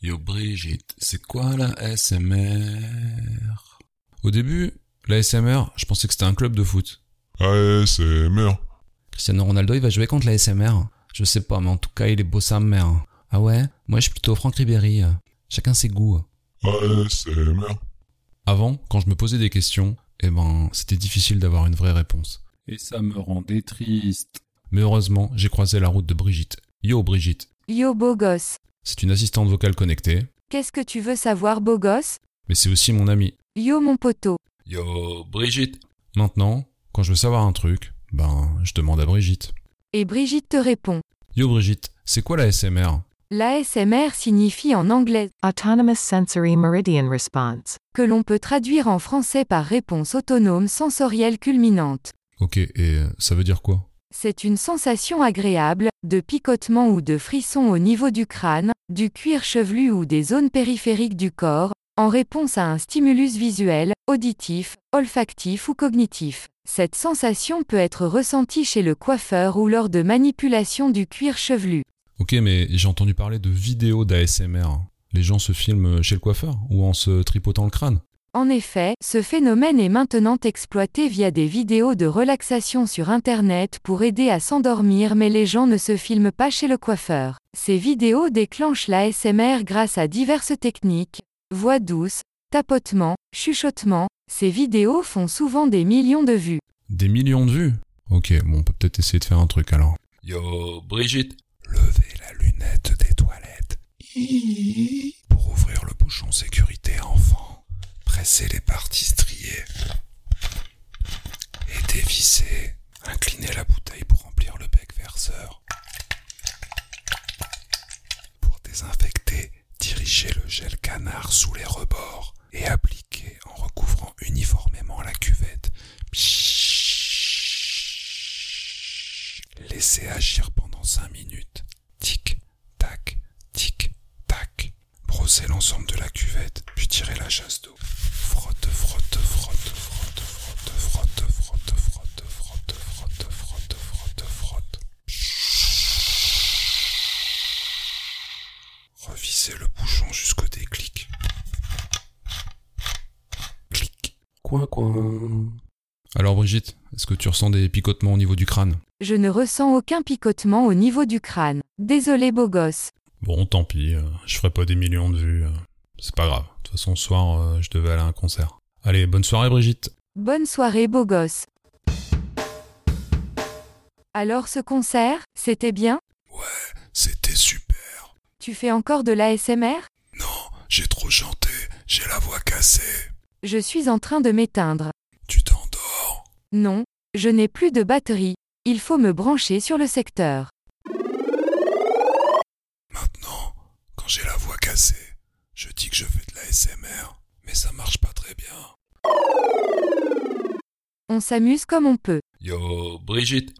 Yo Brigitte, c'est quoi la SMR Au début, la SMR, je pensais que c'était un club de foot. Ah, c'est merde. Cristiano Ronaldo, il va jouer contre la SMR. Je sais pas, mais en tout cas, il est beau sa mère. Ah ouais Moi, je suis plutôt Franck Ribéry. Chacun ses goûts. Ah, c'est merde. Avant, quand je me posais des questions, eh ben, c'était difficile d'avoir une vraie réponse. Et ça me rendait triste. Mais heureusement, j'ai croisé la route de Brigitte. Yo Brigitte, Yo beau gosse, c'est une assistante vocale connectée, qu'est-ce que tu veux savoir beau gosse mais c'est aussi mon amie. Yo mon poteau, Yo Brigitte Maintenant, quand je veux savoir un truc, ben, je demande à Brigitte. et Brigitte te répond. Yo Brigitte, c'est quoi la SMR L'ASMR signifie en anglais Autonomous Sensory Meridian Response. que l'on peut traduire en français par réponse autonome sensorielle culminante. Ok, et euh, ça veut dire quoi C'est une sensation agréable, de picotement ou de frisson au niveau du crâne, du cuir chevelu ou des zones périphériques du corps, en réponse à un stimulus visuel, auditif, olfactif ou cognitif. Cette sensation peut être ressentie chez le coiffeur ou lors de manipulation du cuir chevelu. Ok, mais j'ai entendu parler de vidéos d'ASMR. Les gens se filment chez le coiffeur ou en se tripotant le crâne. En effet, ce phénomène est maintenant exploité via des vidéos de relaxation sur Internet pour aider à s'endormir mais les gens ne se filment pas chez le coiffeur. Ces vidéos déclenchent l'ASMR grâce à diverses techniques, voix douce, tapotement, chuchotement, ces vidéos font souvent des millions de vues. Des millions de vues Ok, bon, on peut peut-être essayer de faire un truc alors. Yo, Brigitte Levez la lunette des toilettes. Pour ouvrir le bouchon sécurité enfant, pressez les parties striées. Et dévissez. Inclinez la bouteille pour remplir le bec verseur. Pour désinfecter, dirigez le gel canard sous les rebords et appliquez en recouvrant uniformément la cuvette Laissez agir pendant 5 minutes. Tic, tac, tic, tac. Brossez l'ensemble de la cuvette, puis tirez la chasse d'eau. Frotte, frotte, frotte, frotte, frotte, frotte, frotte, frotte, frotte, frotte, frotte, frotte, frotte. Revissez le bouchon jusqu'au déclic. Clic. Coin, coin. Alors Brigitte, est-ce que tu ressens des picotements au niveau du crâne Je ne ressens aucun picotement au niveau du crâne. Désolé beau gosse. Bon, tant pis, euh, je ferai pas des millions de vues. euh, C'est pas grave. De toute façon, ce soir, euh, je devais aller à un concert. Allez, bonne soirée, Brigitte. Bonne soirée beau gosse. Alors ce concert, c'était bien C'était super. Tu fais encore de l'ASMR Non, j'ai trop chanté. J'ai la voix cassée. Je suis en train de m'éteindre. Tu t'endors. Non, je n'ai plus de batterie. Il faut me brancher sur le secteur. Maintenant, quand j'ai la voix cassée, je dis que je fais de la SMR. Mais ça marche pas très bien. On s'amuse comme on peut. Yo, Brigitte.